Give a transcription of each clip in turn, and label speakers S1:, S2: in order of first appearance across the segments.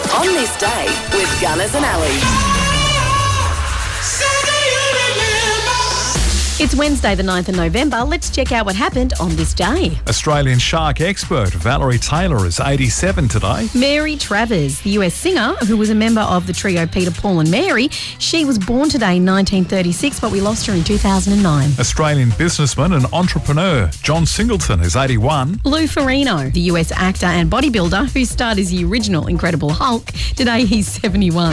S1: on this day with Gunners and Alley.
S2: It's Wednesday, the 9th of November. Let's check out what happened on this day.
S3: Australian shark expert Valerie Taylor is 87 today.
S2: Mary Travers, the US singer who was a member of the trio Peter, Paul, and Mary, she was born today in 1936, but we lost her in 2009.
S3: Australian businessman and entrepreneur John Singleton is 81.
S2: Lou Ferrino, the US actor and bodybuilder who starred as the original Incredible Hulk, today he's 71.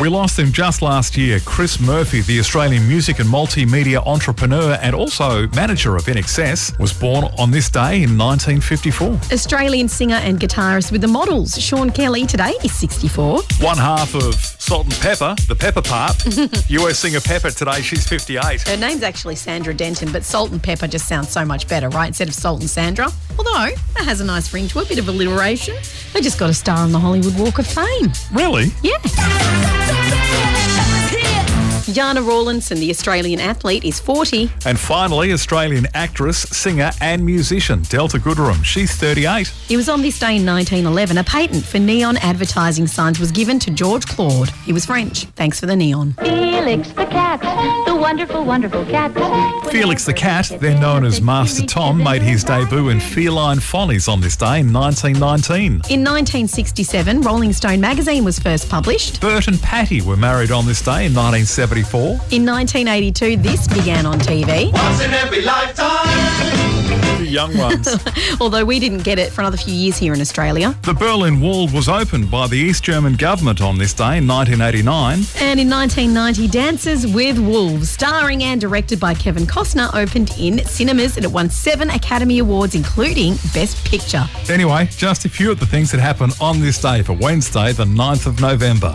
S3: We lost him just last year. Chris Murphy, the Australian music and multimedia entrepreneur and also manager of NXS, was born on this day in 1954.
S2: Australian singer and guitarist with the models, Sean Kelly, today is 64.
S3: One half of Salt and Pepper, the Pepper part, US singer Pepper today, she's 58.
S2: Her name's actually Sandra Denton, but Salt and Pepper just sounds so much better, right? Instead of Salt and Sandra. Although, that has a nice ring to it, bit of alliteration. They just got a star on the Hollywood Walk of Fame.
S3: Really?
S2: Yeah. Yana Rawlinson, the Australian athlete, is 40.
S3: And finally, Australian actress, singer, and musician Delta Goodrum, she's 38.
S2: It was on this day in 1911 a patent for neon advertising signs was given to George Claude. He was French. Thanks for the neon.
S4: Felix the cat, the wonderful, wonderful cat.
S3: Felix the Cat, then known as Master Tom, made his debut in Feline Follies on this day in 1919.
S2: In 1967, Rolling Stone magazine was first published.
S3: Bert and Patty were married on this day in 1974.
S2: In 1982, this began on TV,
S5: Once in every lifetime.
S3: The young ones.
S2: although we didn't get it for another few years here in Australia.
S3: the Berlin Wall was opened by the East German government on this day in 1989.
S2: And in 1990, Dances with Wolves, starring and directed by Kevin Costner, opened in cinemas and it won seven Academy Awards, including Best Picture.
S3: Anyway, just a few of the things that happened on this day for Wednesday, the 9th of November.